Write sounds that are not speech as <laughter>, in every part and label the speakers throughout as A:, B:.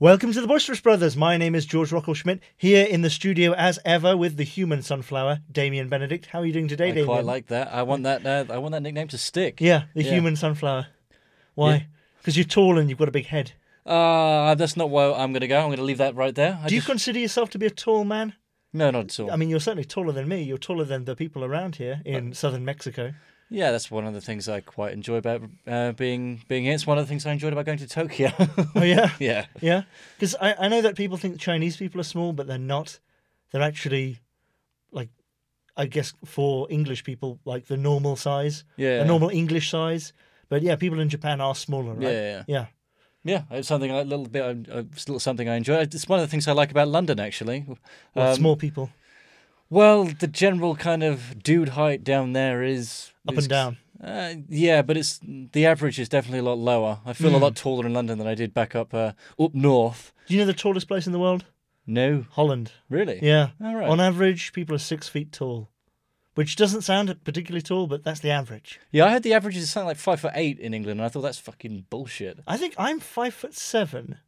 A: Welcome to the Boisterous Brothers. My name is George Rockelschmidt, here in the studio as ever with the human sunflower, Damien Benedict. How are you doing today,
B: I
A: Damien?
B: quite like that. I want that. Uh, I want that nickname to stick.
A: yeah, the
B: Yeah.
A: human sunflower. Why? Because you're tall and you've got a big head.
B: Uh, that's not where I'm going to go. I'm going to leave that right there. I
A: Do you Um,
B: just-
A: consider yourself to be a tall man?
B: No, not at all.
A: I mean, you're certainly taller than me. You're taller than the people around here in
B: Uh,
A: southern Mexico.
B: <laughs> yeah, that's one of the things I quite enjoy about uh, being being here. It's one of the things I enjoyed about going to Tokyo. <laughs>
A: Oh, yeah?
B: yeah.
A: Yeah, because I, I know that people think Chinese people are small, but they're not. They're actually, like, I guess for English people, like the normal size,
B: Yeah.
A: the normal English size. But yeah, people in Japan are smaller, right?
B: Yeah, yeah,
A: yeah.
B: yeah. It's something I- a little bit, uh, it's a little something I enjoy. It's one of the things I like about London, actually.
A: Well,
B: Um,
A: small people
B: Well, the general kind of dude height down there is
A: up
B: is-
A: and down.
B: Uh, yeah, but it's the average is definitely a lot lower. I
A: Hmm.
B: feel a lot taller in London than I did back up uh, up north.
A: Do you know the tallest place in the world?
B: No,
A: Holland.
B: really.
A: Yeah.
B: All right.
A: On average, people are six feet tall, which doesn't sound particularly tall, but that's the average.
B: yeah, I heard the average is something like five foot eight in England, and I thought that's fucking bullshit.
A: I think I'm five foot seven.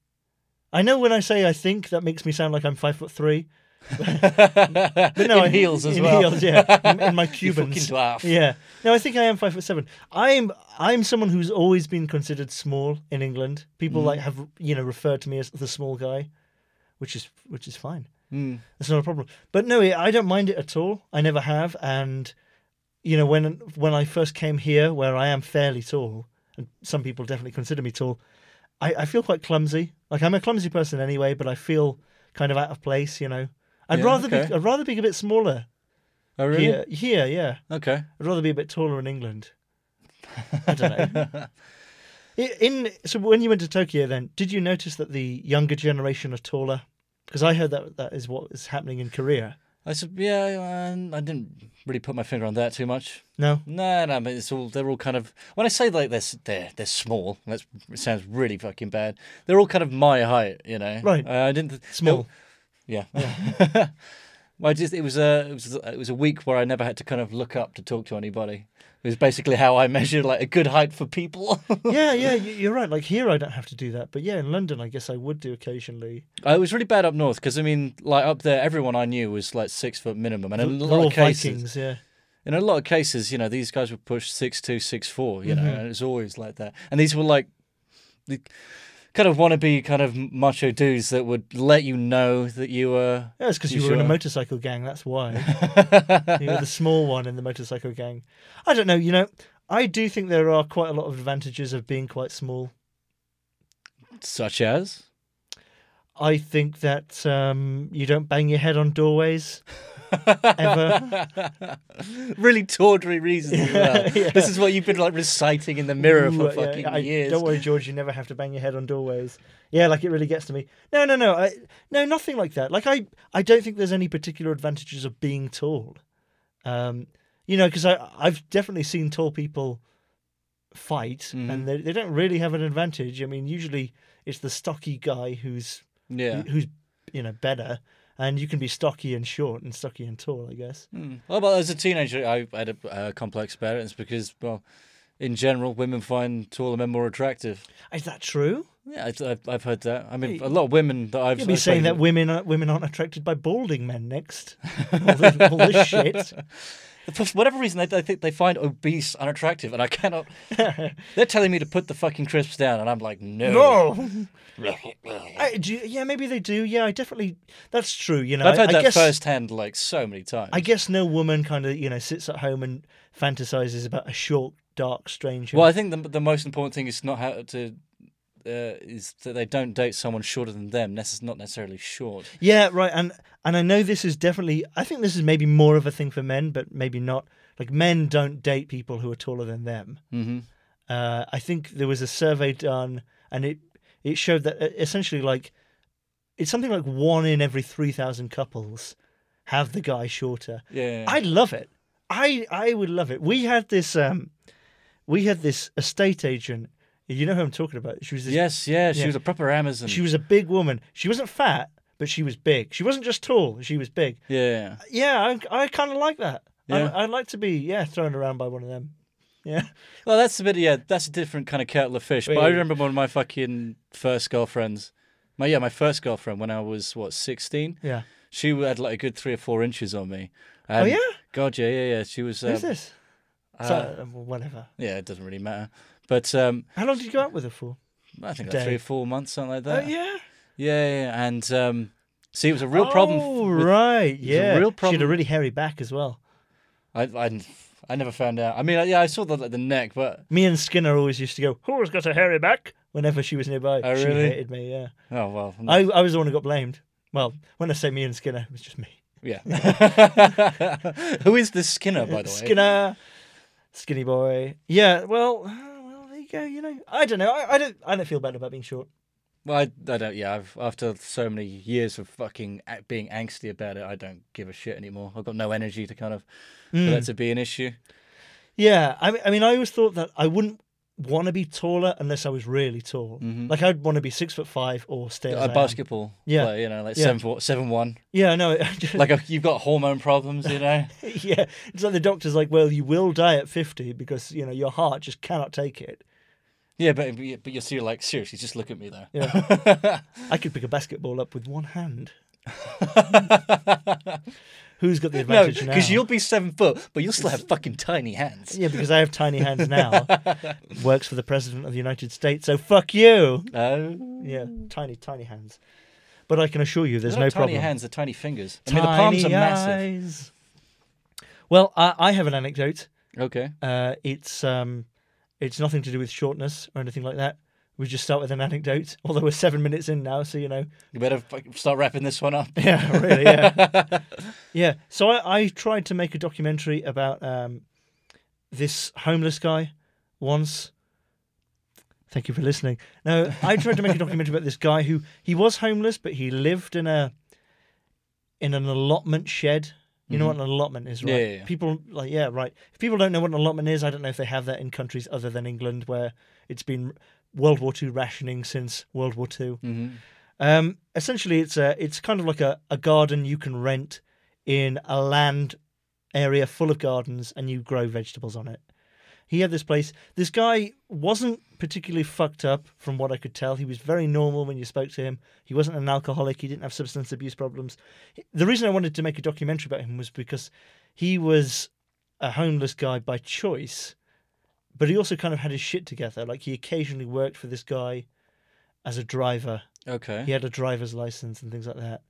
A: I know when I say I think that makes me sound like I'm five foot
B: <laughs>
A: three.
B: but
A: no,
B: in heels as
A: in
B: well.
A: heels,
B: <laughs>
A: yeah. In, in my Cubans.
B: fucking dwarf.
A: Yeah. No, I think I am five foot seven. I'm I'm someone who's always been considered small in England. People
B: Mm.
A: like have you know referred to me as the small guy, which is which is fine.
B: Mm.
A: That's not a problem. But no, I don't mind it at all. I never have, and you know when when I first came here, where I am fairly tall, and some people definitely consider me tall, I, I feel quite clumsy. Like I'm a clumsy person anyway, but I feel kind of out of place. You know, I'd
B: Yeah,
A: rather be
B: okay.
A: I'd rather be a bit smaller
B: Oh, really?
A: here. Here, yeah.
B: Okay.
A: I'd rather be a bit taller in England. I don't
B: <laughs>
A: know. I- In so when you went to Tokyo, then did you notice that the younger generation are taller? Because I heard that that is what is happening in Korea.
B: I said, yeah, um, I didn't really put my finger on that too much.
A: No,
B: No, no, but it's all they're all kind of when I say like they're s- they're, they're small. That's it sounds really fucking bad. They're all kind of my height, you know.
A: Right.
B: Uh, I didn't th-
A: Small.
B: no- yeah. <laughs> Well, I just it was a it was it was a week where I never had to kind of look up to talk to anybody. It was basically how I measured like a good height for people. <laughs>
A: yeah, yeah, you- you're right. Like here, I don't have to do that, but yeah, in London, I guess I would do occasionally.
B: Uh, it was really bad up north because I mean, like up there, everyone I knew was like six foot minimum, and a
A: They're
B: lot
A: all
B: of cases.
A: Vikings, yeah.
B: in a lot of cases, you know, these guys would push six two, six four, you
A: Mm-hmm.
B: know, and it's always like that. And these were like the kind of wannabe kind of macho dudes that would let you know that you were <laughs>
A: Yeah, it's because you,
B: You
A: were in a
B: sure?
A: motorcycle gang. That's why you were the small one in the motorcycle gang. I don't know. You know, I do think there are quite a lot of advantages of being quite small.
B: such as. <laughs>
A: I think that um, you don't bang your head on
B: <laughs>
A: doorways ever.
B: really tawdry reasons as well.
A: <laughs> Yeah.
B: This is what you've been like reciting in the mirror
A: Ooh, uh,
B: for
A: yeah,
B: fucking
A: I-
B: years.
A: Don't worry, George. You never have to bang your head on doorways. Yeah, like it really gets to me. No, no, no. I, no, nothing like that. Like I, I don't think there's any particular advantages of being tall. Um, you know, because I, I've definitely seen tall people fight,
B: Mm-hmm.
A: and they, they don't really have an advantage. I mean, usually it's the stocky guy who's
B: Yeah.
A: who's you know better, and you can be stocky and short and stocky and tall, I guess.
B: Well, but as a teenager, I had a uh, complex about it. It's because, well, in general, women find taller men more attractive.
A: Is that true?
B: Yeah, I- I've, I've heard that. I mean, a lot of women that I've
A: You'll be
B: I've
A: saying that
B: spoken-
A: women are, women aren't attracted by balding men
B: <laughs>
A: next. all, this, all this shit.
B: for whatever reason they, they think they find obese unattractive, and
A: <laughs>
B: I cannot. they're telling me to put the fucking crisps down, and I'm like, <laughs> no. <laughs>
A: No. Oh, I, do you- yeah, maybe they do. Yeah, I definitely. That's true. You know,
B: I've heard
A: I, I
B: that
A: guess,
B: firsthand like so many times.
A: I guess no woman kind of you know sits at home and fantasizes about a short, dark stranger.
B: well, I think the the most important thing is not how to. Uh, is that they don't date someone shorter than them, necess- not necessarily short.
A: Yeah, right. And and I know this is definitely. I think this is maybe more of a thing for men, but maybe not. Like men don't date people who are taller than them.
B: Mm-hmm.
A: Uh, I think there was a survey done, and it it showed that uh, essentially, like, it's something like one in every three thousand couples have the guy shorter.
B: Yeah.
A: I love it. I I would love it. We had this um, we had this estate agent. You know who I'm talking about. She was this,
B: yes, yeah, she
A: Yeah.
B: was a proper Amazon.
A: she was a big woman. She wasn't fat, but she was big. She wasn't just tall. She was big.
B: yeah.
A: Yeah, I, I kind of like that.
B: Yeah.
A: I, I'd like to be yeah thrown around by one of them. Yeah.
B: Well, that's a bit, yeah, that's a different kind of kettle of fish. But I
A: Wait.
B: remember one of my fucking first girlfriends My yeah, my first girlfriend when I was what sixteen,
A: Yeah.
B: she had like a good three or four inches on me.
A: Oh
B: And-
A: yeah.
B: God, yeah, yeah, yeah. She was. Um,
A: Who's this?
B: uh,
A: so, um, whatever.
B: yeah, it doesn't really matter. But um,
A: How long did you go out with her for?
B: I think
A: Day.
B: like three or four months, something like
A: Oh
B: that.
A: yeah.
B: yeah, yeah, yeah. And um, see, it was a real problem. f-
A: Oh
B: with-
A: right.
B: was a
A: Yeah. She
B: real
A: had a
B: problem.
A: really hairy back as well.
B: I, I, I never found out. I mean, I- yeah, I saw the like, the neck, but
A: Me and Skinner always used to go, "Who's got a hairy back?" Whenever she was nearby,
B: Oh,
A: she
B: really?
A: hated me. Yeah.
B: oh well. n-
A: I I was the one who got blamed. Well, when I say me and Skinner, it was just me.
B: yeah. <laughs> Who is this Skinner,
A: <laughs>
B: by the way?
A: Skinner, skinny boy. Yeah. Well, uh, well, there you go. You know, I don't know. I, I don't. I don't feel bad about being short.
B: Well, I, I don't. Yeah, I've, after so many years of fucking a- being angsty about it, I don't give a shit anymore. I've got no energy to kind of for
A: Hmm.
B: that to be an issue.
A: Yeah, I mean, I mean, I always thought that I wouldn't want to be taller unless I was really tall.
B: Mm-hmm.
A: Like I'd want to be six foot five or stay. as I
B: A
A: am.
B: basketball
A: Yeah.
B: player, you know, like
A: Yeah.
B: seven four, seven one.
A: Yeah, <laughs> no,
B: Like a, you've got hormone problems,
A: <laughs>
B: you know.
A: yeah. It's like the doctor's like, well, you will die at fifty because you know your heart just cannot take it.
B: yeah, but but you're still like seriously, just look at me though.
A: I could pick a basketball up with one
B: <laughs>
A: hand. Who's got the
B: no,
A: advantage now?
B: because you'll be seven foot, but you'll still have fucking tiny hands.
A: Yeah, because I have tiny hands
B: <laughs>
A: now. Works for the president of the United States, so fuck you.
B: No,
A: Yeah, tiny, tiny hands. But I can assure you, there's
B: They're
A: no
B: not tiny
A: problem.
B: hands, they're tiny fingers. I mean, the palms are
A: Tiny
B: massive.
A: eyes. Well, I, I have an anecdote.
B: Okay.
A: Uh, it's um, it's nothing to do with shortness or anything like that. We just start with an anecdote. Although we're seven minutes in now, so you know.
B: You better fuck- start wrapping this
A: <laughs>
B: one up.
A: Yeah, really. Yeah,
B: <laughs>
A: yeah. So I, I tried to make a documentary about um, this homeless guy once. Thank you for listening. No, I tried to make a documentary about this guy who he was homeless, but he lived in a in an allotment shed. You know what an allotment is, right?
B: Mm-hmm. Yeah, yeah, yeah.
A: People like yeah, right. If people don't know what an allotment is, I don't know if they have that in countries other than England, where it's been World War II rationing since World War II.
B: hmm
A: Um, essentially, it's a it's kind of like a, a garden you can rent in a land area full of gardens, and you grow vegetables on it. He had this place. This guy wasn't particularly fucked up, from what I could tell. He was very normal when you spoke to him. He wasn't an alcoholic. He didn't have substance abuse problems. The reason I wanted to make a documentary about him was because he was a homeless guy by choice, but he also kind of had his shit together. Like he occasionally worked for this guy as a driver
B: Okay.
A: he had a driver's license and things like that.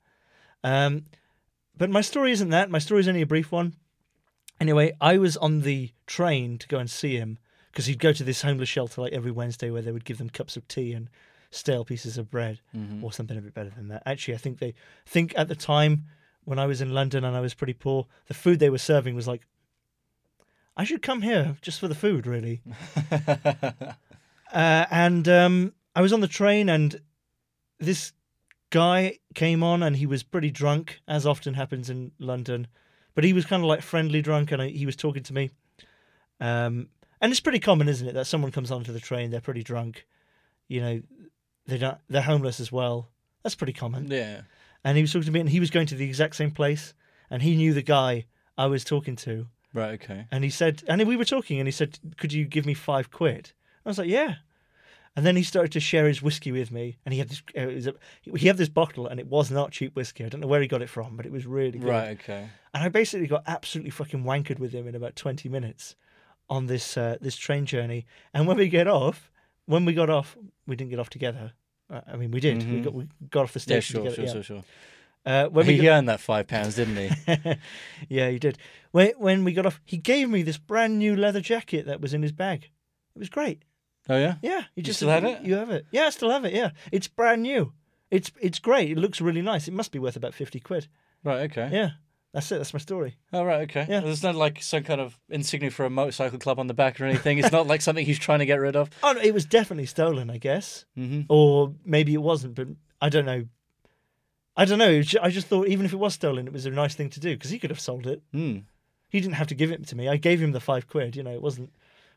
A: Um, but my story isn't that. My story is only a brief one. Anyway, I was on the train to go and see him because he'd go to this homeless shelter like every Wednesday where they would give them cups of tea and stale pieces of bread or something a bit better than that. Actually, I think they think at the time when I was in London and I was pretty poor, the food they were serving was like, I should come here just for the food, really. Uh, and um, I was on the train, and this guy came on, and he was pretty drunk, as often happens in London. But he was kind of like friendly drunk, and I, he was talking to me. Um, and it's pretty common, isn't it, that someone comes onto the train, they're pretty drunk, you know, they don't, they're homeless as well. That's pretty common.
B: Yeah.
A: And he was talking to me, and he was going to the exact same place, and he knew the guy I was talking to.
B: Right. Okay.
A: And he said, and we were talking, and he said, Could you give me five quid? I was like, Yeah. And then he started to share his whiskey with me, and he had this. uh, It was a, he had this bottle, and it was not cheap whiskey. I don't know where he got it from, but it was really good.
B: Right. Okay.
A: And I basically got absolutely fucking wankered with him in about twenty minutes on this uh, this train journey. And when we get off, when we got off, we didn't get off together. Uh, I mean, we did. We
B: Mhm.
A: got we got off the
B: Yeah.
A: station
B: Sure.
A: together.
B: sure.
A: yeah.
B: Sure. Sure.
A: Uh, when we
B: he
A: got,
B: earned that five pounds, didn't he?
A: <laughs> yeah, he did. When when we got off, he gave me this brand new leather jacket that was in his bag. It was great.
B: <laughs> oh yeah.
A: Yeah, you just
B: still have it?
A: You have it. Yeah, I still have it. Yeah, it's brand new. It's it's great. It looks really nice. It must be worth about fifty quid.
B: Right. Okay.
A: Yeah, that's it. That's my story.
B: Oh, right, okay.
A: Yeah.
B: There's no like some kind of insignia for a motorcycle club on the back or anything. It's not like something he's trying to get rid <laughs> of.
A: Oh, no, it was definitely stolen, I guess,
B: Mm-hmm.
A: or maybe it wasn't, but I don't know. I don't know. It was ju- I just thought even if it was stolen, it was a nice thing to do because he could have sold it.
B: Mm.
A: He didn't have to give it to me. I gave him the five quid. You know, it wasn't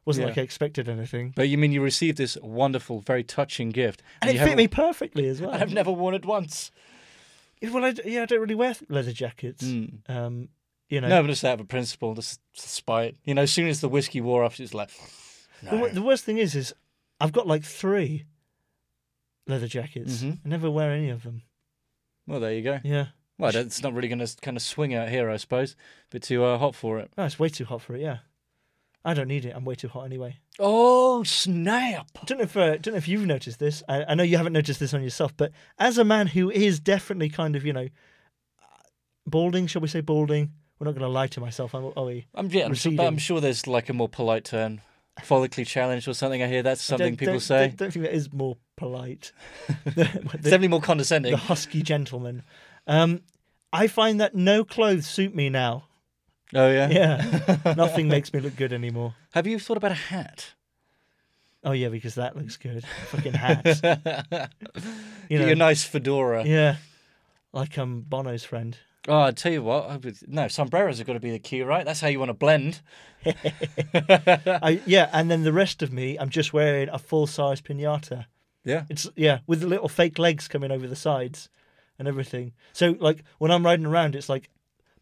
A: wasn't
B: Yeah.
A: like I expected anything.
B: But you mean you received this wonderful, very touching gift,
A: And it
B: you
A: fit
B: haven't-
A: me perfectly as <laughs> well.
B: I've never worn it once.
A: Well, I, d- yeah, I don't really wear leather jackets. Um, you know,
B: No, but just out of principle, just spite. You know, as soon as the whiskey wore off, it's like.
A: The,
B: No.
A: wor- the worst thing is, is I've got like three. leather jackets.
B: Mhm.
A: I never wear any of them.
B: Well, there you go.
A: Yeah.
B: Well, it's not really going to kind of swing out here, I suppose. Bit too uh, hot for it.
A: Oh, it's way too hot for it. Yeah. I don't need it. I'm way too hot anyway.
B: Oh snap!
A: don't know if uh, don't know if you've noticed this. I, I know you haven't noticed this on yourself, but as a man who is definitely kind of you know uh, balding, shall we say balding? We're not going to lie to myself. I'm are we?
B: I'm yeah, I'm sure, but
A: Receding.
B: I'm sure there's like a more polite term, follically challenged or something. I hear that's something
A: Don't-
B: people
A: don't-
B: say.
A: Don't, don't think that is more <laughs> polite. the,
B: it's
A: the-
B: definitely more
A: the <laughs>
B: <laughs> condescending.
A: husky gentleman. Um, I find that no clothes suit me now.
B: oh yeah.
A: Yeah, nothing makes me look good anymore.
B: Have you thought about a hat?
A: Oh yeah, because that looks good. Fucking hat. You
B: Get
A: know.
B: your nice fedora.
A: Yeah, like um Bono's friend.
B: Oh, I tell you what. I would, no, sombreros have got to be the key, right? That's how you want to blend.
A: I, yeah, and then the rest of me, I'm just wearing a full size pinata.
B: Yeah.
A: It's yeah, with the little fake legs coming over the sides and everything. So like when I'm riding around, it's like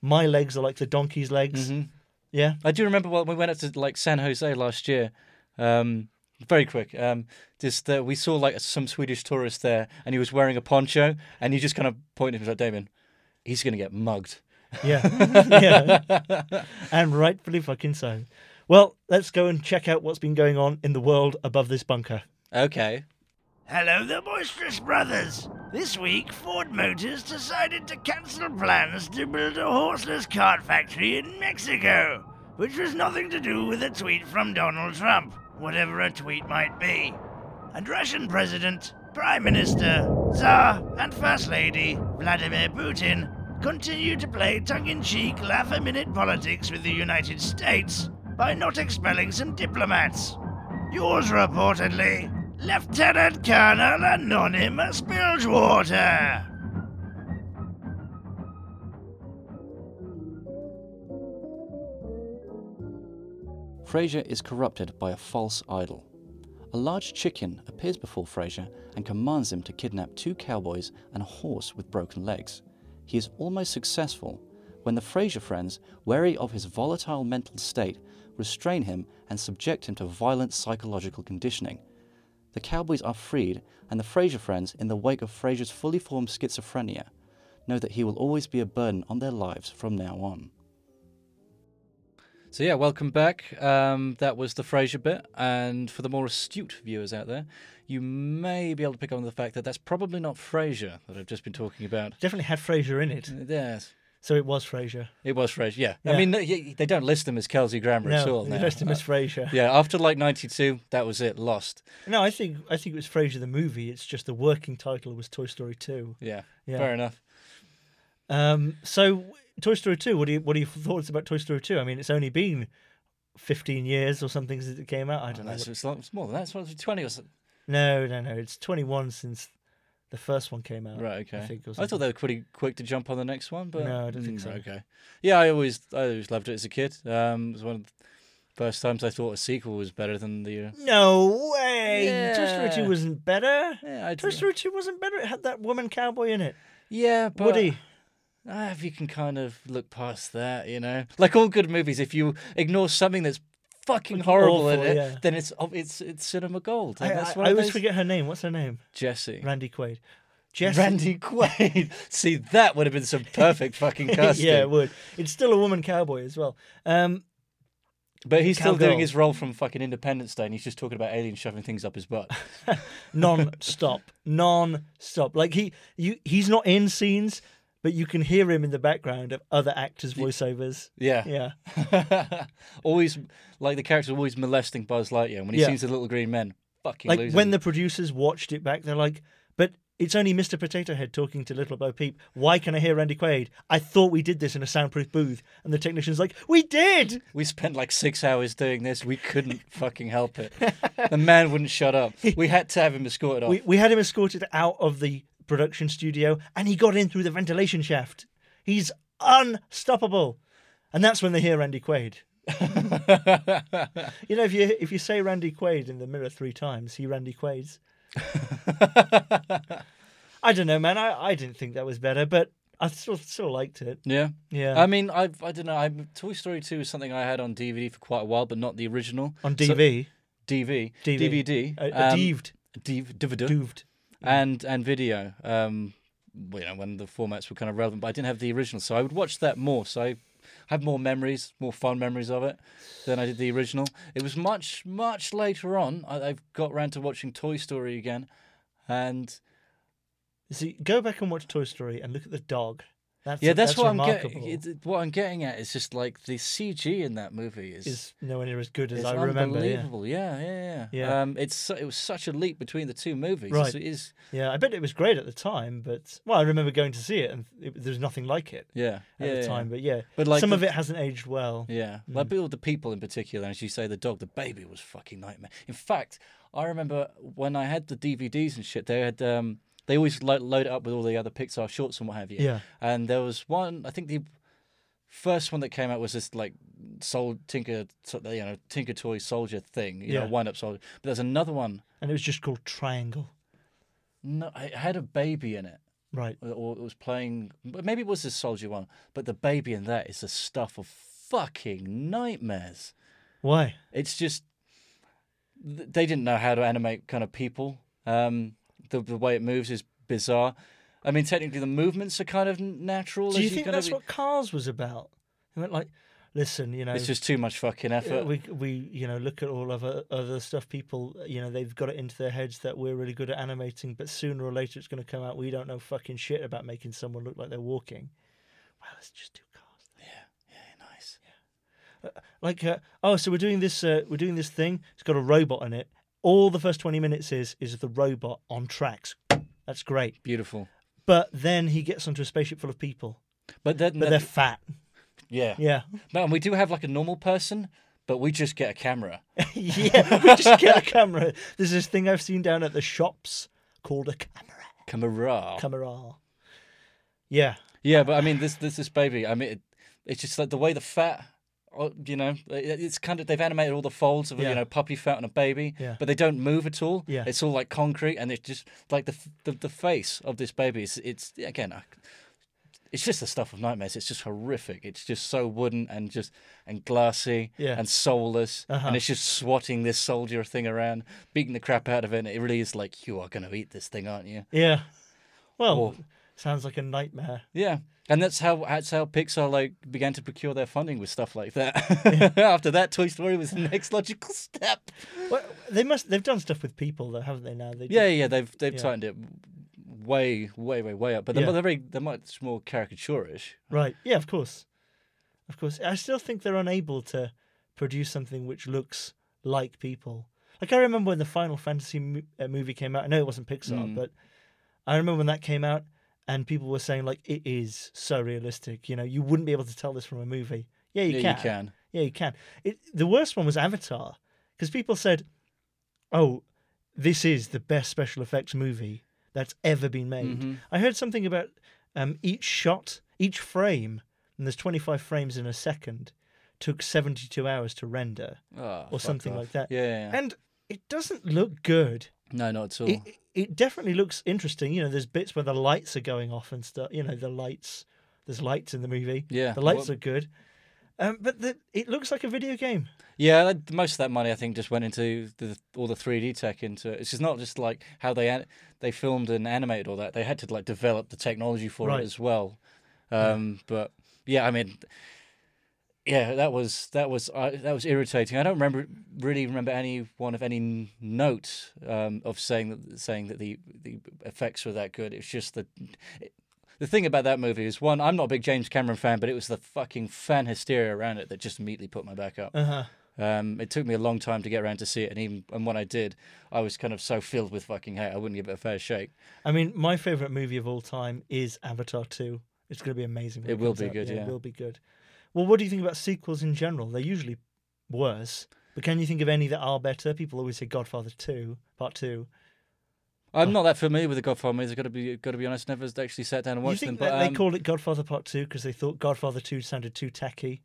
A: my legs are like the donkey's legs.
B: Mhm.
A: Yeah,
B: I do remember when we went up to like San Jose last year. Um, very quick. Um, just uh, we saw like some Swedish tourist there, and he was wearing a poncho, and he just kind of pointed at like, Damien. He's gonna get mugged.
A: yeah, <laughs> yeah, and rightfully fucking so. Well, let's go and check out what's been going on in the world above this bunker.
B: Okay.
C: Hello, the Boisterous Brothers! This week, Ford Motors decided to cancel plans to build a horseless cart factory in Mexico, which was nothing to do with a tweet from Donald Trump, whatever a tweet might be. And Russian President, Prime Minister, Tsar, and First Lady, Vladimir Putin, continue to play tongue in cheek, laugh a minute politics with the United States by not expelling some diplomats. Yours reportedly, Lieutenant Colonel Anonymous Bilgewater.
D: Fraser is corrupted by a false idol. A large chicken appears before Fraser and commands him to kidnap two cowboys and a horse with broken legs. He is almost successful when the Fraser friends, wary of his volatile mental state, restrain him and subject him to violent psychological conditioning. The cowboys are freed, and the Fraser friends, in the wake of Fraser's fully formed schizophrenia, know that he will always be a burden on their lives from now on.
B: So yeah, welcome back. Um, that was the Frasier bit, and for the more astute viewers out there, you may be able to pick up on the fact that that's probably not Frasier that I've just been talking about.
A: Definitely had Frasier in it,
B: Yes,
A: so it was Frasier.
B: it was Frasier. Yeah, I
A: Yeah.
B: mean they they don't list them as Kelsey Grammer at
A: No,
B: all
A: the
B: now. Uh,
A: rest of Miss Frasier.
B: yeah, after like '92, that was it. Lost.
A: No, I think I think it was Frasier the movie. It's just the working title was Toy Story Two.
B: Yeah,
A: Yeah.
B: fair enough.
A: Um, so Toy Story Two. What do you what are your thoughts about Toy Story Two? I mean, it's only been fifteen years or something since it came out. I don't know.
B: Oh, That's, it's, lo- it's more than that. It's more than twenty or something.
A: No, no, no. It's twenty one since the first one came out.
B: Right. Okay.
A: I
B: I,
A: think. Or
B: thought
A: something.
B: they were pretty quick to jump on the next one, but
A: No, I don't think
B: Mm,
A: so.
B: Okay. Yeah, I always I always loved it as a kid. Um, it was one of the first times I thought a sequel was better than the. Uh,
A: No way. Toy Story
B: Yeah.
A: Two wasn't better.
B: yeah, I
A: Toy
B: don't know.
A: Story Two wasn't better. It had that woman cowboy in it.
B: yeah, but
A: Woody.
B: Ah, if you can kind of look past that, you know, like all good movies, if you ignore something that's fucking horrible in
A: awful,
B: it,
A: yeah.
B: then it's ob- it's it's cinema gold.
A: I,
B: And that's
A: I-
B: one
A: I
B: of
A: always
B: those-
A: forget her name. What's her name?
B: Jesse.
A: Randy Quaid. Jess.
B: Randy Quaid. <laughs> See, that would have been some perfect fucking casting.
A: <laughs> <laughs> yeah, it would. It's still a woman cowboy as well. Um,
B: But he's still
A: Cowgirl.
B: doing his role from fucking Independence Day, and he's just talking about aliens shoving things up
A: <laughs>
B: his butt.
A: non-stop
B: <laughs>
A: non-stop like he you he's not in scenes but you can hear him in the background of other actors voiceovers
B: Yeah.
A: yeah
B: <laughs> always, like the character's always molesting Buzz Lightyear. And when he
A: Yeah.
B: sees the little green men, fucking
A: like
B: losing
A: when
B: it.
A: the producers watched it back they're like but it's only Mr. Potato Head talking to Little Bo Peep. Why can I hear Randy Quaid? I thought we did this in a soundproof booth. And the technician's like, We did!
B: we spent like six hours doing this,
A: <laughs>
B: we couldn't fucking help it. The man wouldn't shut up. We had to have him escorted off.
A: We, we had him escorted out of the production studio and he got in through the ventilation shaft. He's unstoppable. And that's when they hear Randy Quaid.
B: <laughs>
A: you know, if you if you say Randy Quaid in the mirror three times, he Randy
B: <laughs>
A: Quaids. I don't know, man. I, I didn't think that was better, but I still still liked it.
B: yeah.
A: Yeah.
B: I mean, I I don't know. I, Toy Story 2 is something I had on DVD for quite a while, but not the original.
A: on
B: So-
A: DV,
B: DV.
A: DV.
B: DVD.
A: a, a
B: um,
A: Uh, deeved,
B: div- DVD.
A: dooved.
B: and and video. Um, you know when the formats were kind of relevant, but I didn't have the original, so I would watch that more. So I have more memories, more fond memories of it than I did the original. It was much much later on. I, I've got round to watching Toy Story again, and
A: See, go back and watch Toy Story and look at the dog. That's
B: yeah, that's, what I'm
A: remarkable.
B: getting. it- What I'm getting at is just like the CG in that movie is
A: Is nowhere near as good as
B: It's
A: I remember. Yeah.
B: unbelievable. Yeah, yeah, yeah.
A: Yeah.
B: Um, it's su- it was such a leap between the two movies.
A: Right.
B: It's- It is.
A: yeah, I bet it was great at the time, but well, I remember going to see it and it, there's nothing like it
B: Yeah.
A: at
B: yeah,
A: the
B: yeah.
A: time. But yeah,
B: But, like,
A: some
B: the-
A: of it hasn't aged well.
B: Yeah, like all the people in particular, as you say, the dog, the baby was fucking nightmare. In fact, I remember when I had the DVDs and shit, they had um, they always lo- load it up with all the other Pixar shorts and what have you.
A: Yeah.
B: and there was one. I think the first one that came out was this like sold Tinker, so- you know, Tinker Toy Soldier thing, you
A: Yeah.
B: know, wind up soldier. But there's another one.
A: And it was just called Triangle.
B: No, it had a baby in it.
A: Right.
B: or- or it was playing but maybe it was the soldier one but the baby in that is the stuff of fucking nightmares
A: Why?
B: it's just th- they didn't know how to animate kind of people um the, the way it moves is bizarre i mean technically the movements are kind of n- natural
A: Do
B: as
A: you think
B: kind
A: that's
B: of,
A: what Cars was about? They went like, listen, you know,
B: it's just too much fucking
A: uh,
B: effort
A: we we you know look at all other other stuff. People, uh, you know, they've got it into their heads that we're really good at animating, but sooner or later it's going to come out. We don't know fucking shit about making someone look like they're walking. Well, it's just two cars.
B: nice
A: like uh, oh so we're doing this uh, we're doing this thing it's got a robot in it all the first 20 minutes is is the robot on tracks that's great
B: beautiful
A: but then he gets onto a spaceship full of people
B: but then
A: but they're fat
B: yeah
A: yeah
B: man we do have like a normal person but we just get a camera
A: yeah <laughs> we just get a camera there's this thing i've seen down at the shops called a camera
B: camera
A: camera yeah
B: Yeah, but I mean, this this this baby. I mean, it, it's just like the way the fat. uh, You know, it- it's kind of they've animated all the folds of
A: Yeah.
B: you know puppy fat on a baby,
A: Yeah.
B: but they don't move at all.
A: Yeah.
B: it's all like concrete, and it's just like the f- the, the face of this baby. It's, it's again, I, it's just the stuff of nightmares. It's just horrific. It's just so wooden and just and glassy
A: Yeah.
B: and soulless,
A: Uh-huh.
B: and it's just swatting this soldier thing around, beating the crap out of it. And it really is like you are going to eat this thing, aren't you?
A: yeah well
B: Or-
A: sounds like a nightmare
B: Yeah, and that's how that's how Pixar like began to procure their funding with stuff like that. <laughs> After that, Toy Story was the next logical step.
A: well, they must they've done stuff with people though haven't they now they do-
B: Yeah, yeah, they've they've
A: Yeah.
B: tightened it way, way, way, way up. But they're,
A: Yeah.
B: they're very they're much more caricaturish.
A: Right. Yeah, of course. Of course. I still think they're unable to produce something which looks like people. Like I remember when the Final Fantasy mo- uh, movie came out. I know it wasn't Pixar, but I remember when that came out and people were saying like it is so realistic. You know, you wouldn't be able to tell this from a movie. Yeah, you
B: yeah,
A: can.
B: you can.
A: Yeah, you can. It, the worst one was Avatar because people said, "Oh, this is the best special effects movie that's ever been made."
B: Mm-hmm.
A: I heard something about um, each shot, each frame, and there's 25 frames in a second, took 72 hours to render
B: Ah,
A: or
B: fuck
A: something
B: off.
A: like that.
B: Yeah, yeah, yeah.
A: And it doesn't look good.
B: no, not at all.
A: It, it definitely looks interesting. You know, there's bits where the lights are going off and stuff. You know, the lights. There's lights in the movie.
B: Yeah.
A: the lights
B: Well-
A: are good. Um, but the, it looks like a video game.
B: Yeah, that- most of that money I think just went into the, all the three D tech into it. It's just not just like how they an- they filmed and animated all that. They had to like develop the technology for
A: Right.
B: it as well. Um, But yeah, I mean, yeah, that was that was I that was irritating. I don't remember really remember anyone of any n- note um, of saying that saying that the the effects were that good. It's just the the thing about that movie is one, I'm not a big James Cameron fan, but it was the fucking fan hysteria around it that just immediately put my back up.
A: Uh-huh.
B: Um, it took me a long time to get around to see it, and even and when I did, I was kind of so filled with fucking hate, I wouldn't give it a fair shake.
A: I mean, my favorite movie of all time is Avatar 2. It's going to be amazing. when
B: It will
A: comes
B: be
A: out.
B: good,
A: It
B: yeah.
A: will be good. Well, what do you think about sequels in general? They're usually worse, but can you think of any that are better? People always say Godfather 2, Part 2. Oh.
B: I'm not that familiar with the Godfather movies. I've got to be got to be honest. Never actually sat down and
A: You
B: watched them.
A: think
B: But
A: that they
B: um,
A: called it Godfather Part 2 because they thought Godfather 2 sounded too tacky?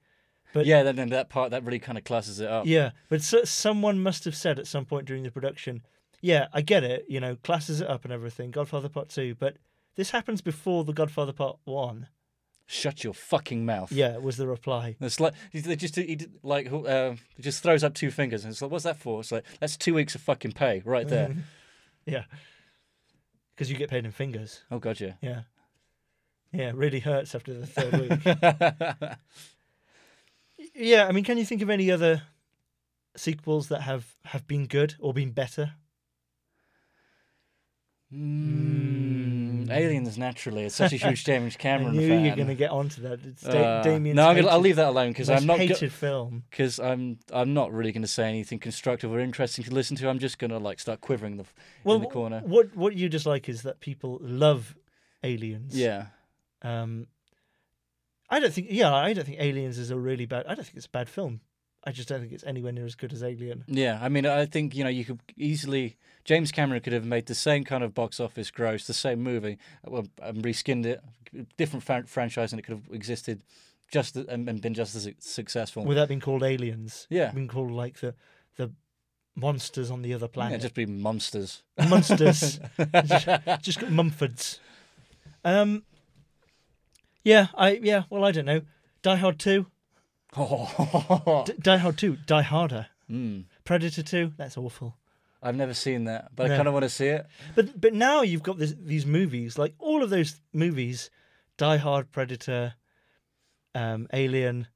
A: But
B: yeah, then, then that part that really kind of classes it up.
A: Yeah, but so, someone must have said at some point during the production, yeah, I get it, you know, classes it up and everything, Godfather Part 2, but this happens before the Godfather Part 1.
B: Shut your fucking mouth.
A: Yeah, was the reply.
B: It's like they just he did, like who- uh, he just throws up
A: <laughs>
B: two fingers and it's like, what's that for? It's like that's two weeks of fucking pay right there.
A: Yeah. because you get paid in fingers.
B: Oh god, yeah.
A: Yeah. Yeah, it really hurts after the third week. yeah, I mean, can you think of any other sequels that have have been good or been better?
B: <laughs> Mm. Aliens naturally. It's such a huge James
A: <laughs> I
B: Cameron
A: knew
B: fan.
A: you were going to get onto that. It's da-
B: Uh,
A: Damien's
B: no, I'm gonna,
A: hated,
B: I'll leave that alone because
A: most
B: I'm not
A: hated
B: go-
A: film.
B: because I'm I'm not really going to say anything constructive or interesting to listen to. I'm just going to like start quivering the,
A: Well,
B: in the corner.
A: what what you dislike is that people love aliens.
B: yeah,
A: Um, I don't think. Yeah, I don't think Aliens is a really bad. I don't think it's a bad film. I just don't think it's anywhere near as good as Alien.
B: yeah. I mean, I think you know you could easily James Cameron could have made the same kind of box office gross, the same movie, well, and reskinned it, different fran- franchise, and it could have existed just th- and, and been just as successful.
A: without being called aliens.
B: Yeah.
A: being called like the the monsters on the other
B: yeah,
A: planet.
B: just be monsters. <laughs>
A: monsters, just, just got Mumfords. Um, yeah, I yeah. Well, I don't know. Die Hard Two, D- Die Hard Two, Die Harder,
B: Mm.
A: Predator Two. That's awful.
B: I've never seen that, but I
A: No.
B: kind of want to see it.
A: But but now you've got this, these movies like all of those movies, Die Hard, Predator, um, Alien.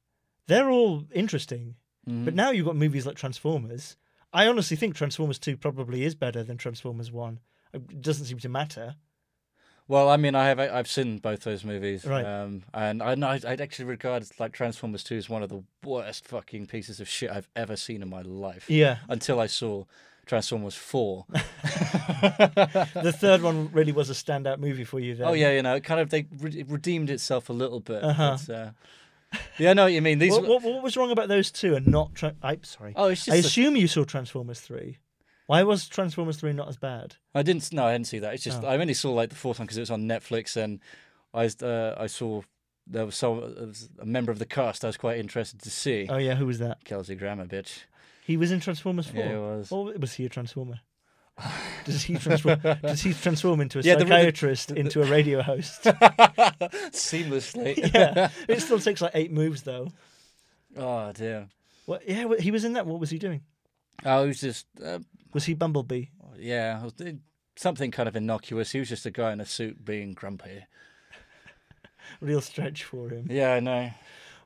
A: They're all interesting, but now you've got movies like Transformers. I honestly think Transformers Two probably is better than Transformers One. It doesn't seem to matter.
B: Well, I mean, I have I've seen both those movies,
A: Right.
B: Um, and I know- I'd actually regard like Transformers Two as one of the worst fucking pieces of shit I've ever seen in my life.
A: Yeah,
B: Until I saw Transformers Four.
A: the third one really was a standout movie for you. Then.
B: oh yeah, you know, it kind of they re- it redeemed itself a little bit.
A: Uh-huh.
B: but, uh, yeah, I know what you mean. These.
A: What,
B: were-
A: what, what was wrong about those two and not? Tra- I'm sorry.
B: oh, it's
A: I
B: just. the-
A: assume you saw Transformers Three. Why was Transformers Three not as bad?
B: I didn't. No, I didn't see that. It's just
A: Oh.
B: I only saw like the fourth one because it was on Netflix, and I uh, I saw there was some there was a member of the cast I was quite interested to see.
A: Oh yeah, who was that?
B: Kelsey Grammer, bitch.
A: He was in Transformers Four.
B: Yeah, he was.
A: Or was he a transformer? Does he transform? does he transform into a
B: <laughs> Yeah, the- the-
A: psychiatrist into a radio
B: <laughs>
A: host? <laughs>
B: Seamlessly.
A: yeah, it still takes like eight moves though.
B: <laughs> Oh dear.
A: What? Yeah, wh- he was in that. What was he doing?
B: I was just uh,
A: Was he Bumblebee?
B: yeah, I was doing something kind of innocuous. He was just a guy in a suit being grumpy.
A: Real stretch for him.
B: Yeah, I know.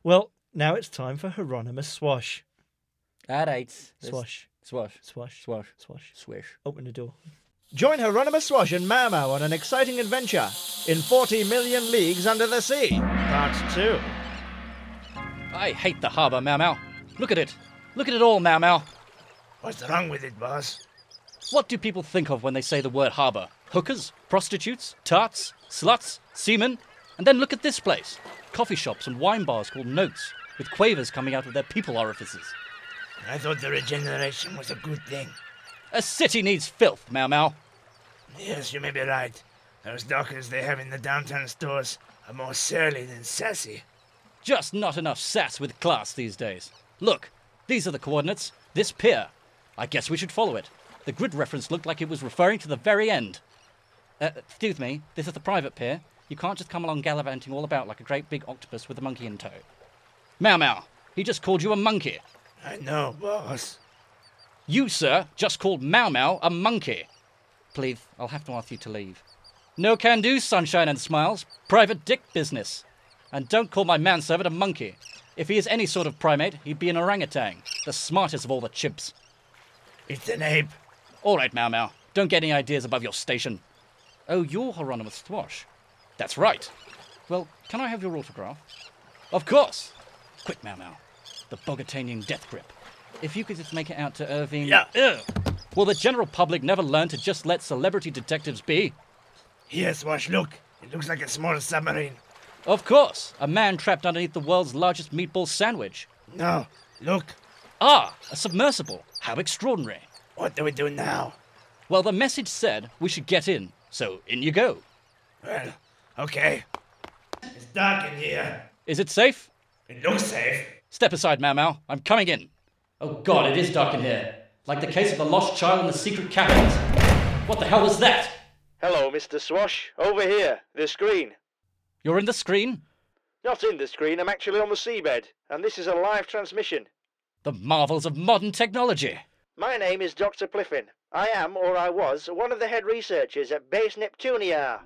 A: Well, now it's time for Hieronymus Swash.
B: At eight.
A: Swash,
B: Swash.
A: swash,
B: Swash.
A: swash.
B: Swish.
A: Open the door.
E: Join Hieronymus Swash and Mau Mau on an exciting adventure in 40 Million Leagues Under the Sea, Part 2.
B: I hate the harbour, Mau Mau. Look at it. Look at it all, Mau Mau.
C: What's wrong with it, boss?
B: What do people think of when they say the word harbour? Hookers, prostitutes, tarts, sluts, seamen. And then look at this place. Coffee shops and wine bars called notes, with quavers coming out of their people orifices.
C: I thought the regeneration was a good thing.
B: A city needs filth, Mau Mau.
C: Yes, you may be right. Those dockers they have in the downtown stores are more surly than sassy.
B: Just not enough sass with class these days. Look, these are the coordinates. This pier. I guess we should follow it. The grid reference looked like it was referring to the very end. Uh, excuse me, this is the private pier. You can't just come along gallivanting all about like a great big octopus with a monkey in tow. Mau Mau, he just called you a monkey.
C: I know, boss.
B: You, sir, just called Mau Mau a monkey. Please, I'll have to ask you to leave. No can do, sunshine and smiles. Private dick business. And don't call my manservant a monkey. If he is any sort of primate, he'd be an orangutan, the smartest of all the chimps.
C: It's an ape.
B: All right, Mau Mau, don't get any ideas above your station. Oh, you're Hieronymus Thwash. That's right. Well, can I have your autograph? Of course. Quick, Mau Mau. The Bogatanian death grip. If you could just make it out to Irving.
C: Yeah.
B: Ugh. Will the general public never learn to just let celebrity detectives be?
C: Yes, Wash, look. It looks like a small submarine.
B: Of course. A man trapped underneath the world's largest meatball sandwich.
C: No, look.
B: Ah, a submersible. How extraordinary.
C: What do we do now?
B: Well, the message said we should get in, so in you go.
C: Well, okay. It's dark in here.
B: Is it safe?
C: It looks safe.
B: Step aside, Mau Mau. I'm coming in. Oh god, it is dark in here. Like the case of the lost child in the secret cabinet. What the hell was that?
E: Hello, Mr. Swash. Over here, the screen.
B: You're in the screen?
E: Not in the screen, I'm actually on the seabed, and this is a live transmission.
B: The marvels of modern technology.
E: My name is Dr. Pliffin.
C: I am, or I was, one of the head researchers at Base Neptunia.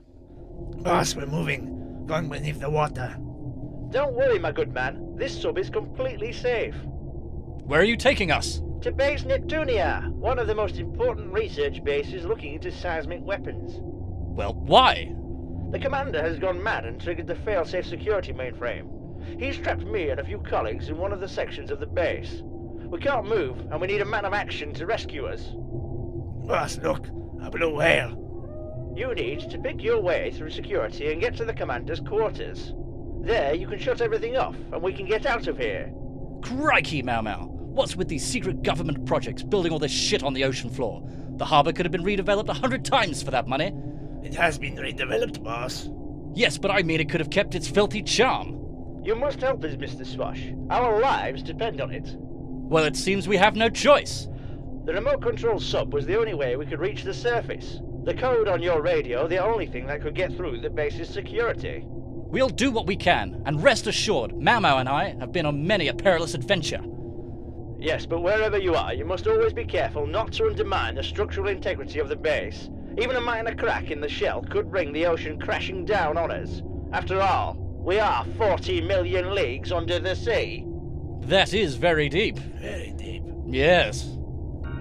F: Boss, we're moving. Going beneath the water.
C: Don't worry, my good man. This sub is completely safe.
B: Where are you taking us?
C: To Base Neptunia, one of the most important research bases looking into seismic weapons.
B: Well, why?
C: The commander has gone mad and triggered the failsafe security mainframe. He's trapped me and a few colleagues in one of the sections of the base. We can't move, and we need a man of action to rescue us.
F: Boss, look. A blue whale.
C: You need to pick your way through security and get to the commander's quarters. There, you can shut everything off, and we can get out of here.
B: Crikey, Mau Mau. What's with these secret government projects building all this shit on the ocean floor? The harbour could have been redeveloped a hundred times for that money.
F: It has been redeveloped, boss.
B: Yes, but I mean it could have kept its filthy charm.
C: You must help us, Mr. Swash. Our lives depend on it.
B: Well, it seems we have no choice.
C: The remote control sub was the only way we could reach the surface. The code on your radio, the only thing that could get through the base's security.
B: We'll do what we can, and rest assured, Mau Mau and I have been on many a perilous adventure.
C: Yes, but wherever you are, you must always be careful not to undermine the structural integrity of the base. Even a minor crack in the shell could bring the ocean crashing down on us. After all, we are 40 million leagues under the sea.
B: That is very deep.
F: Very deep.
B: Yes.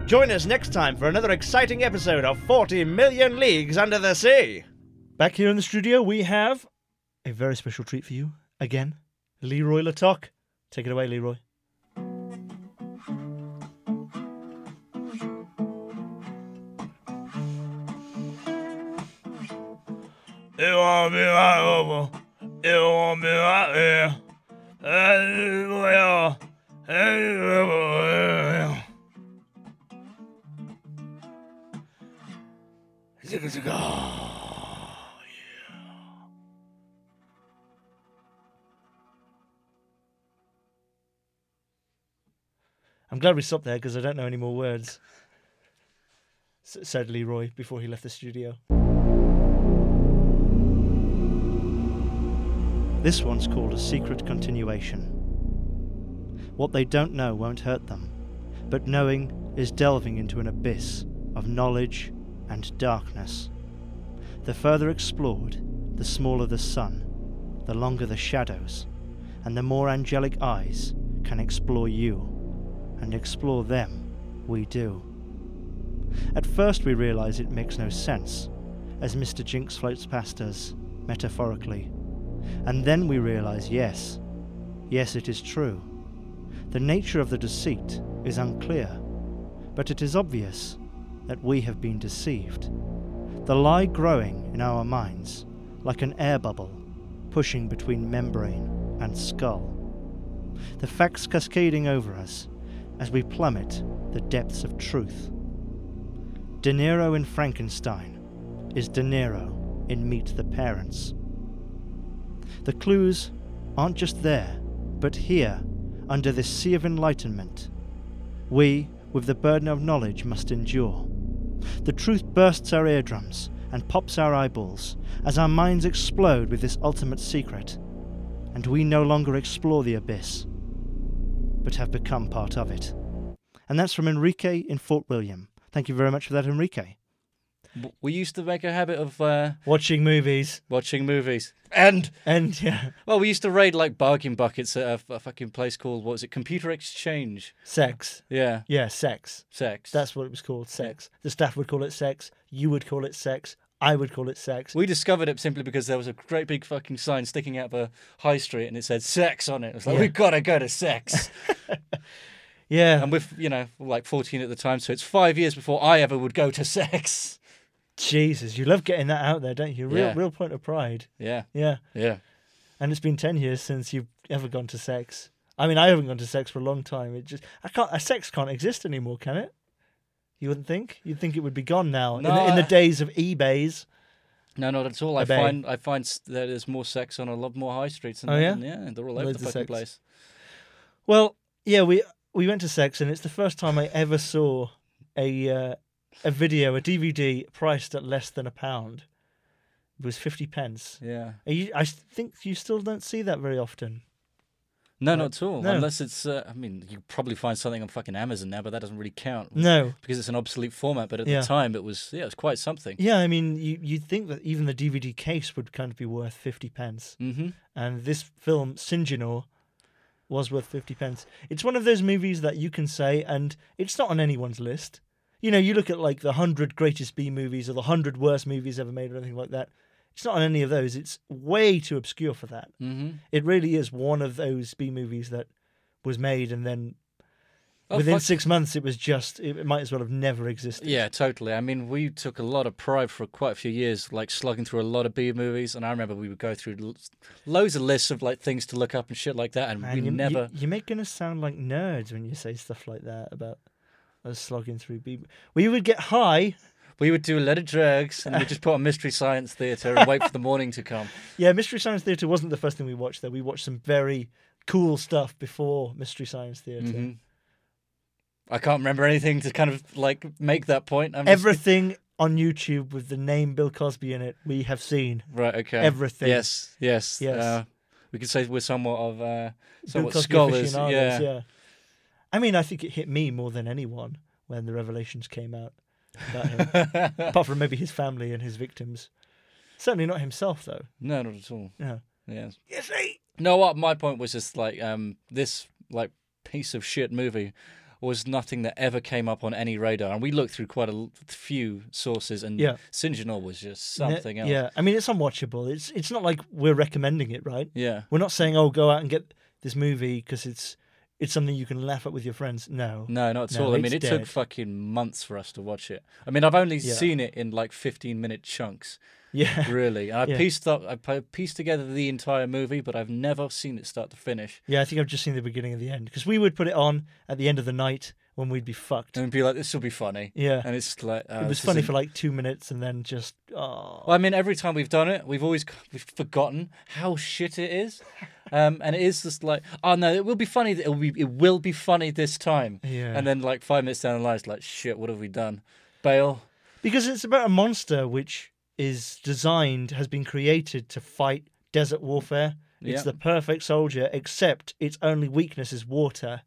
C: Join us next time for another exciting episode of 40 Million Leagues Under the Sea.
A: Back here in the studio, we have a very special treat for you again. Leroy Latoc. Take it away, Leroy.
F: It won't be right over. It won't be right here. Anywhere. Anywhere. Zigga zigga.
A: I'm glad we stopped there because I don't know any more words, s- said Leroy before he left the studio. This one's called a secret continuation. What they don't know won't hurt them, but knowing is delving into an abyss of knowledge and darkness. The further explored, the smaller the sun, the longer the shadows, and the more angelic eyes can explore you and explore them, we do. At first, we realise it makes no sense, as Mr. Jinx floats past us, metaphorically. And then we realise yes, yes, it is true. The nature of the deceit is unclear, but it is obvious that we have been deceived. The lie growing in our minds, like an air bubble pushing between membrane and skull the facts cascading over us as we plummet the depths of truth. De Niro in Frankenstein is De Niro in Meet the Parents. The clues aren't just there, but here, under this sea of enlightenment. We, with the burden of knowledge, must endure. The truth bursts our eardrums and pops our eyeballs as our minds explode with this ultimate secret and we no longer explore the abyss, but have become part of it. And that's from Enrique in Fort William. Thank you very much for that, Enrique.
B: W- We used to make a habit of uh,
A: Watching movies.
B: watching movies. And,
A: And <laughs> yeah,
B: well, we used to raid like bargain buckets at a, f- a fucking place called, what was it, Computer Exchange?
A: sex.
B: Yeah,
A: Yeah, sex.
B: sex.
A: That's what it was called, sex. The staff would call it sex. You would call it sex. I would call it sex.
B: We discovered it simply because there was a great big fucking sign sticking out of a high street and it said sex on it. It was like,
A: Yeah.
B: we've got to go to sex.
A: Yeah.
B: and we're, you know, like 14 at the time, so it's five years before I ever would go to <laughs> sex.
A: Jesus, you love getting that out there, don't you? Real,
B: Yeah.
A: real point of pride.
B: Yeah,
A: Yeah.
B: yeah.
A: and it's been 10 years since you've ever gone to sex i mean i haven't gone to sex for a long time it just i can't uh, sex can't exist anymore can it you wouldn't think you'd think it would be gone now in, the, in the
B: No.
A: days of ebays
B: No, not at all. I
A: Obey.
B: find I find s- that there's more sex on a lot more high streets than
A: Oh,
B: that.
A: yeah?
B: yeah, they're all over
A: Loads
B: the
A: of
B: fucking
A: sex.
B: place.
A: well yeah we we went to sex and it's the first time i ever saw a uh, a video a dvd priced at less than a pound it was 50 pence
B: Yeah.
A: Are you, i s- think you still don't see that very often
B: No, not at all.
A: No.
B: Unless it's, uh, I mean, you probably find something on fucking Amazon now, but that doesn't really count.
A: No.
B: Because it's an obsolete format, but at
A: Yeah.
B: the time it was, yeah, it was quite something.
A: Yeah, I mean, you, you'd think that even the DVD case would kind of be worth 50 pence.
B: Mm-hmm.
A: And this film, Sinjinor, was worth 50 pence. It's one of those movies that you can say, and it's not on anyone's list. You know, you look at like the 100 greatest B movies or the 100 worst movies ever made or anything like that. It's not on any of those. It's way too obscure for that.
B: Mm-hmm.
A: It really is one of those B movies that was made and then
B: Oh,
A: within
B: fuck.
A: six months it was just, it it might as well have never existed.
B: Yeah, totally. I mean, we took a lot of pride for quite a few years, like slugging through a lot of B movies, and I remember we would go through l- loads of lists of like things to look up and shit like that, and
A: Man,
B: we
A: you, you-
B: never.
A: You're making us sound like nerds when you say stuff like that about us slogging through B. We would get high.
B: We would do a lot of drugs, and we
A: <laughs>
B: just put on Mystery Science Theater and wait for the morning to come.
A: Yeah, Mystery Science Theatre wasn't the first thing we watched, though. We watched some very cool stuff before Mystery Science Theatre.
B: Mhm. I can't remember anything to kind of like make that point. I'm just-
A: Everything on YouTube with the name Bill Cosby in it, we have seen.
B: right? Okay,
A: everything.
B: Yes, yes,
A: Yes.
B: Uh, we could say we're somewhat of uh,
A: Bill
B: somewhat
A: Cosby
B: scholars.
A: aficionados,
B: Yeah.
A: I mean, I think it hit me more than anyone when the revelations came out about him,
B: <laughs>
A: apart from maybe his family and his victims. Certainly not himself, though.
B: no, not at all.
A: Yeah.
B: Yes.
C: You see,
B: No, what my point was just like um, this like piece of shit movie was nothing that ever came up on any radar, and we looked through quite a l- few sources, and
A: Yeah.
B: Sinjinor was just
A: Ne-
B: something else.
A: Yeah, I mean it's unwatchable. It's it's not like we're recommending it, right?
B: yeah.
A: We're not saying oh go out and get this movie because it's it's something you can laugh at with your friends. No.
B: No, not at
A: No,
B: all. I mean,
A: it's
B: it took
A: dead.
B: fucking months for us to watch it. I mean, I've only
A: Yeah.
B: seen it in like
A: <laughs>
B: fifteen-minute chunks,
A: Yeah.
B: really. And I
A: Yeah.
B: pieced up, I pi- pieced together the entire movie, but I've never seen it start to finish.
A: Yeah, I think I've just seen the beginning and the end because we would put it on at the end of the night when we'd be fucked.
B: And be like, this will be funny.
A: Yeah.
B: And it's like uh,
A: it was
B: Mm. this
A: funny
B: isn't-
A: for like two minutes and then just oh
B: Well, I mean, every time we've done it, we've always we've forgotten how shit it is, um, and it is just like, oh no, it will be funny. It will be it will be funny this time.
A: Yeah.
B: And then like five minutes down the line, it's like, shit, what have we done? Bail.
A: because it's about a monster which is designed has been created to fight desert warfare. It's
B: Yeah.
A: the perfect soldier, except its only weakness is water.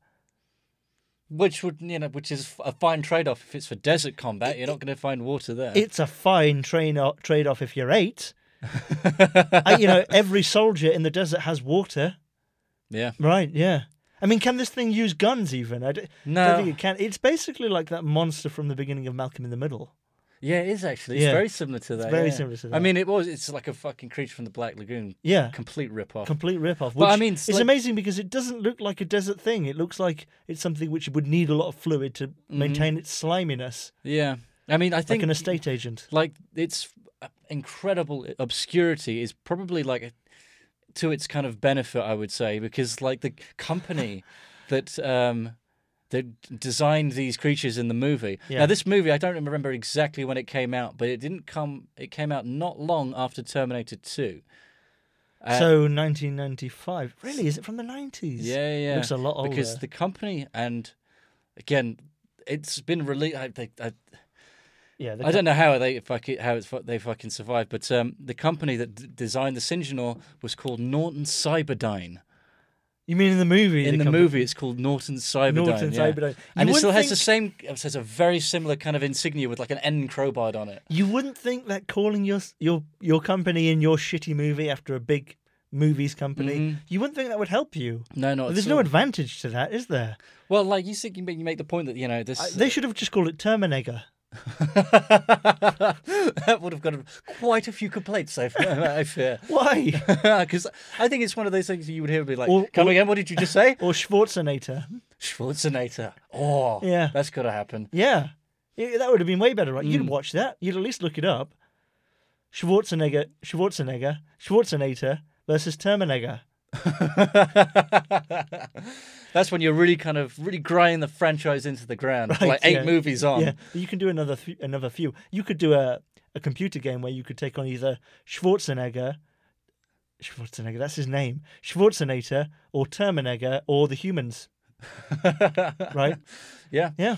B: Which would you know, which is a fine trade off if it's for desert combat. You're not going to find water there.
A: it's a fine train o- trade off if you're
B: <laughs>
A: eight. I, you know, every soldier in the desert has water.
B: yeah.
A: Right, yeah. I mean, can this thing use guns even? I d- don't,
B: No.
A: think it can. It's basically like that monster from the beginning of Malcolm in the Middle.
B: Yeah, it is actually. It's
A: Yeah.
B: very similar to that.
A: very
B: yeah.
A: similar to
B: I
A: that.
B: mean, it was. It's like a fucking creature from the Black Lagoon.
A: Yeah.
B: Complete rip off.
A: Complete rip off.
B: But I
A: which
B: mean, it's
A: it's
B: like-
A: amazing because it doesn't look like a desert thing. It looks like it's something which would need a lot of fluid to maintain its sliminess,
B: yeah. Mm-hmm. I mean, I think
A: like an estate agent.
B: like its incredible obscurity is probably like a, to its kind of benefit i would say because like the
A: <laughs>
B: company that um that designed these creatures in the movie
A: Yeah.
B: now this movie i don't remember exactly when it came out but it didn't come it came out not long after terminator 2 uh,
A: so 1995. Really? Is it from the 90s?
B: yeah, yeah, yeah.
A: Looks a lot older.
B: Because the company and again, it's been released. I, they, I,
A: yeah, the
B: I don't know how they fucking how it's, fu- they fucking survived, but um, the company that d- designed the Singenor was called Norton Cyberdyne.
A: You mean in the movie?
B: In
A: they
B: the
A: come-
B: movie, it's called Norton Cyberdyne.
A: Norton
B: yeah.
A: Cyberdyne. You
B: and it still
A: wouldn't
B: has the same. It has a very similar kind of insignia with like an N crowbar on it.
A: You wouldn't think that calling your your your company in your shitty movie after a big movies company, you wouldn't think that would help you.
B: No, no,
A: But there's Mm-hmm. no advantage to that, is there?
B: Well, like you think you make, you make the point that you know <laughs> this.
A: I- they should have just called it Terminator.
B: that would have got quite a few complaints. I, <laughs> I fear.
A: Why?
B: Because I think it's one of those things that you would hear and be like,
A: Or-
B: "Come
A: or-
B: again? What did you just say?"
A: <laughs>
B: <laughs>
A: or Schwarzenator.
B: Schwarzenegger. Oh,
A: Yeah.
B: that's got to happen.
A: Yeah. Yeah, that would have been way better, right? You'd watch that. You'd at least look it up. Schwarzenegger, Schwarzenegger, Schwarzenator versus Terminator.
B: That's when you're really kind of really grinding the franchise into the ground.
A: Right,
B: like eight
A: yeah.
B: movies on.
A: Yeah, but you can do another th- another few. You could do a, a computer game where you could take on either Schwarzenegger, Schwarzenegger, that's his name, Schwarzenator, or Terminator, or the
B: <laughs>
A: humans. right?
B: Yeah.
A: Yeah.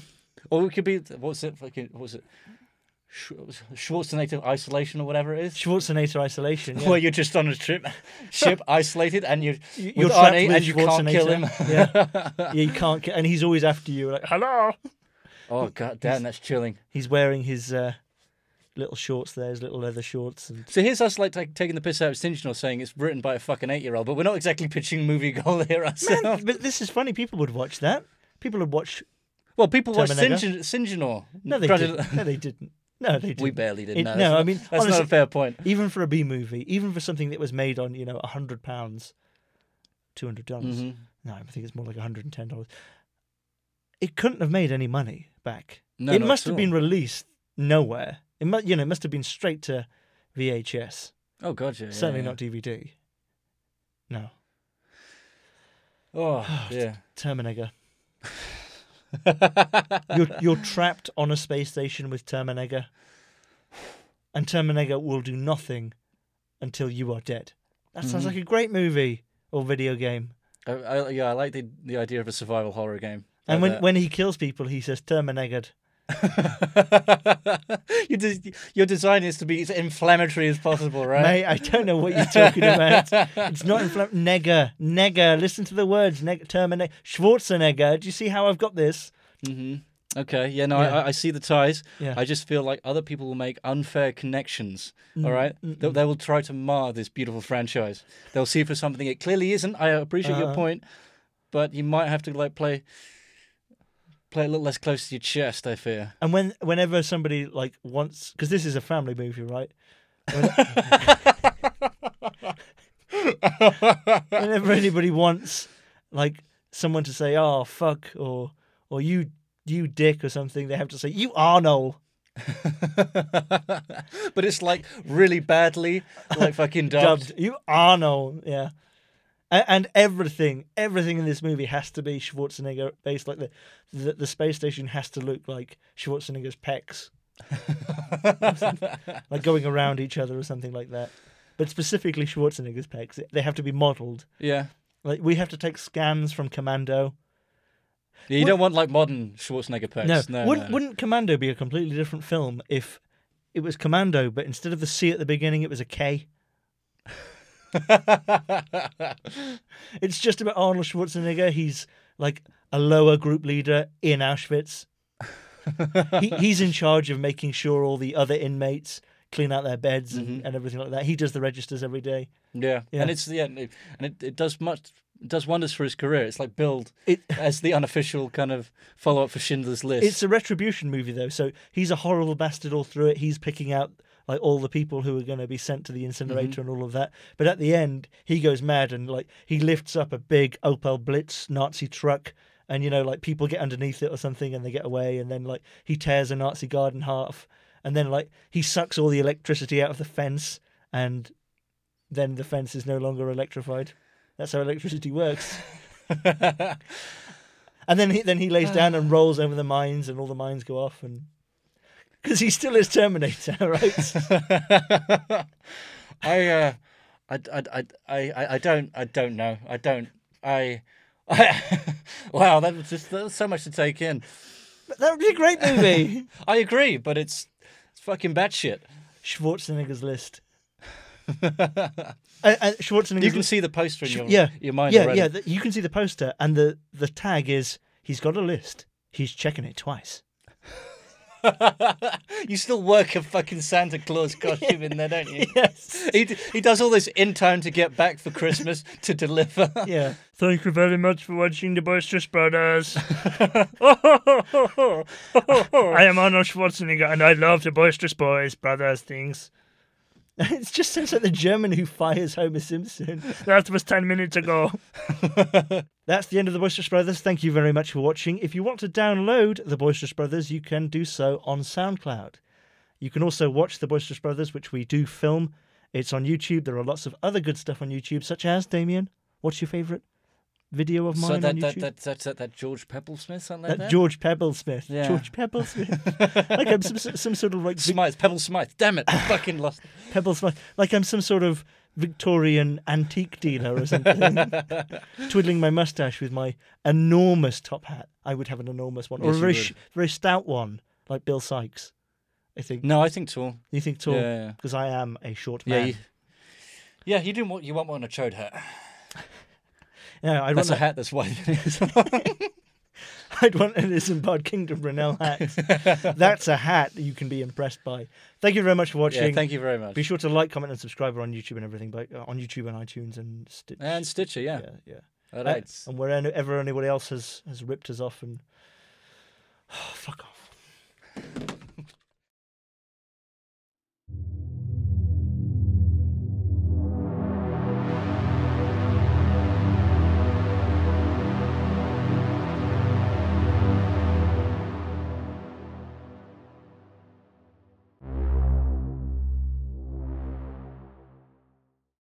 B: Or it could be what's it fucking what was it? Sch- Schwarzenegger isolation or whatever it is.
A: Schwarzenegger isolation. Yeah.
B: Where you're just on a trip, <laughs>
A: <laughs>
B: ship isolated, and you're,
A: You-
B: with
A: trapped
B: Arnie,
A: with
B: and you can't kill him.
A: Schwarzenegger.
B: <laughs>
A: yeah. yeah, you can't. ki- And he's always after you. Like, hello.
B: oh god damn, that's chilling.
A: He's wearing his uh, little shorts there, his little leather shorts.
B: <laughs>
A: And <laughs>
B: So here's us like ta- taking the piss out of Sintinel, saying it's written by a fucking eight year old, but we're not exactly pitching movie goal here
A: <laughs>
B: ourselves.
A: Man, but this is funny. People would watch that. People would watch.
B: well, people watch
A: Terminator.
B: Sintinel.
A: No, they didn't. <laughs> No, they didn't. No, they didn't.
B: <laughs> We barely did.
A: It-
B: no,
A: no,
B: that's-
A: I mean,
B: that's not
A: honestly-
B: a fair point.
A: Even for a B movie, even for something that was made on you know a hundred pounds, two hundred dollars.
B: Mm-hmm.
A: No, I think it's more like one hundred and ten dollars. It couldn't have made any money back.
B: No,
A: it
B: not
A: must
B: at
A: have been
B: all.
A: released nowhere. It must, you know, it must have been straight to VHS.
B: Oh god, yeah,
A: Certainly
B: yeah,
A: not DVD. No,
B: yeah. Oh yeah.
A: Terminator.
B: <laughs>
A: you're you're trapped on a space station with Terminator, and Terminator will do nothing until you are dead. That sounds like a great movie or video game.
B: I, I, yeah, I like the, the idea of a survival horror game.
A: And when,
B: like
A: when he kills people, he says Terminator.
B: that. <laughs> you de- your design is to be as inflammatory as possible, right?
A: Mate, I don't know what you're talking about. it's not inflam- nega, nega. Listen to the words. Neg- Terminator. Schwarzenegger. Do you see how I've got this?
B: Okay, yeah, no,
A: Yeah.
B: I, I see the ties.
A: Yeah.
B: I just feel like other people will make unfair connections. All right, they, they will try to mar this beautiful franchise. They'll see for something it clearly isn't. I appreciate your point, but you might have to like play, play a little less close to your chest. I fear.
A: And when whenever somebody like wants, because this is a family movie, right? When- whenever anybody wants, like someone to say, "Oh fuck," or or you you dick or something, they have to say, "You Arnold."
B: but it's like really badly, like fucking <laughs> dubbed.
A: dubbed. You Arnold, yeah. And, and everything, everything in this movie has to be Schwarzenegger based. Like the, the the space station has to look like Schwarzenegger's pecs, like going around each other or something like that. But specifically Schwarzenegger's pecs, they have to be modelled.
B: Yeah.
A: Like we have to take scans from Commando.
B: Yeah, you don't want like modern Schwarzenegger
A: No,
B: pecs. No,
A: wouldn't
B: no.
A: wouldn't Commando be a completely different film if it was Commando, but instead of the C at the beginning, it was a
B: <laughs>
A: K? It's just about Arnold Schwarzenegger. He's like a lower group leader in Auschwitz. he, he's in charge of making sure all the other inmates clean out their beds and,
B: Mm-hmm.
A: and everything like that. He does the registers every day.
B: yeah.
A: Yeah.
B: and it's yeah, and it, and it, it does much it does wonders for his career. It's like billed
A: It- <laughs>
B: as the unofficial kind of follow up for Schindler's List.
A: It's a retribution movie though, so he's a horrible bastard all through it. He's picking out like all the people who are going to be sent to the incinerator and all of that. But at the end, he goes mad and like he lifts up a big Opel Blitz Nazi truck. And you know, like people get underneath it or something, and they get away. And then, like, he tears a Nazi guard in half. And then, like, he sucks all the electricity out of the fence, and then the fence is no longer electrified. That's how electricity works. and then he then he lays down and rolls over the mines, and all the mines go off, and because he still is Terminator, <laughs> right?
B: I, uh, I, I, I, I, I- I don't, I don't know. I don't, I, I <laughs> wow, that was just that was so much to take in.
A: But that would be a great movie.
B: I agree, but it's, it's fucking batshit.
A: <laughs> Schwarzenegger's list. <laughs> uh, uh, Schwarzenegger's
B: You can
A: list-
B: see the poster in your,
A: yeah,
B: your mind
A: yeah,
B: already.
A: yeah. th- you can see the poster, and the the tag is he's got a list. He's checking it twice.
B: <laughs> you still work a fucking Santa Claus costume in there, don't you?
A: <laughs> Yes.
B: He, d- he does all this in time to get back for Christmas to deliver.
A: <laughs> Yeah. Thank you very much for watching The Boisterous Brothers. <laughs> I am Arnold Schwarzenegger and I love the Boisterous Boys, Brothers things. It just sounds like the German who fires Homer Simpson. That was 10 minutes ago. That's the end of The Boisterous Brothers. Thank you very much for watching. If you want to download The Boisterous Brothers, you can do so on SoundCloud. You can also watch The Boisterous Brothers, which we do film. It's on YouTube. There are lots of other good stuff on YouTube, such as Damien. What's your favourite video of mine
B: so
A: on
B: that,
A: YouTube?
B: that, that, that, that, that George Pebblesmith, something like
A: That
B: that?
A: George Pebblesmith.
B: Yeah.
A: George
B: <laughs>
A: Pebblesmith. like I'm some, some sort of like Vic-
B: Smythe, Pebble Smythe. Damn it,
A: <laughs>
B: I fucking lost.
A: Pebblesmith. Like I'm some sort of Victorian antique dealer or
B: <laughs>
A: something. Twiddling my mustache with my enormous top hat. I would have an enormous one, or
B: Yes,
A: a
B: you
A: very
B: would.
A: sh- very stout one, like Bill Sykes. I think.
B: No, I think tall.
A: You think tall?
B: Yeah, yeah.
A: Because I am a short
B: Yeah,
A: man.
B: you, yeah, you do want you want one a chode hat.
A: Yeah, I'd
B: That's
A: want
B: a hat that's wider
A: <laughs>
B: than his.
A: I'd want an Isambard Kingdom Brunel hat.
B: <laughs>
A: That's a hat that you can be impressed by. Thank you very much for watching.
B: yeah, thank you very much.
A: Be sure to like, comment, and subscribe. We're on YouTube and everything, but uh, on YouTube and iTunes and Stitch.
B: and Stitcher, yeah.
A: yeah, yeah.
B: All
A: Uh,
B: right.
A: and <sighs> wherever anybody else has, has ripped us off and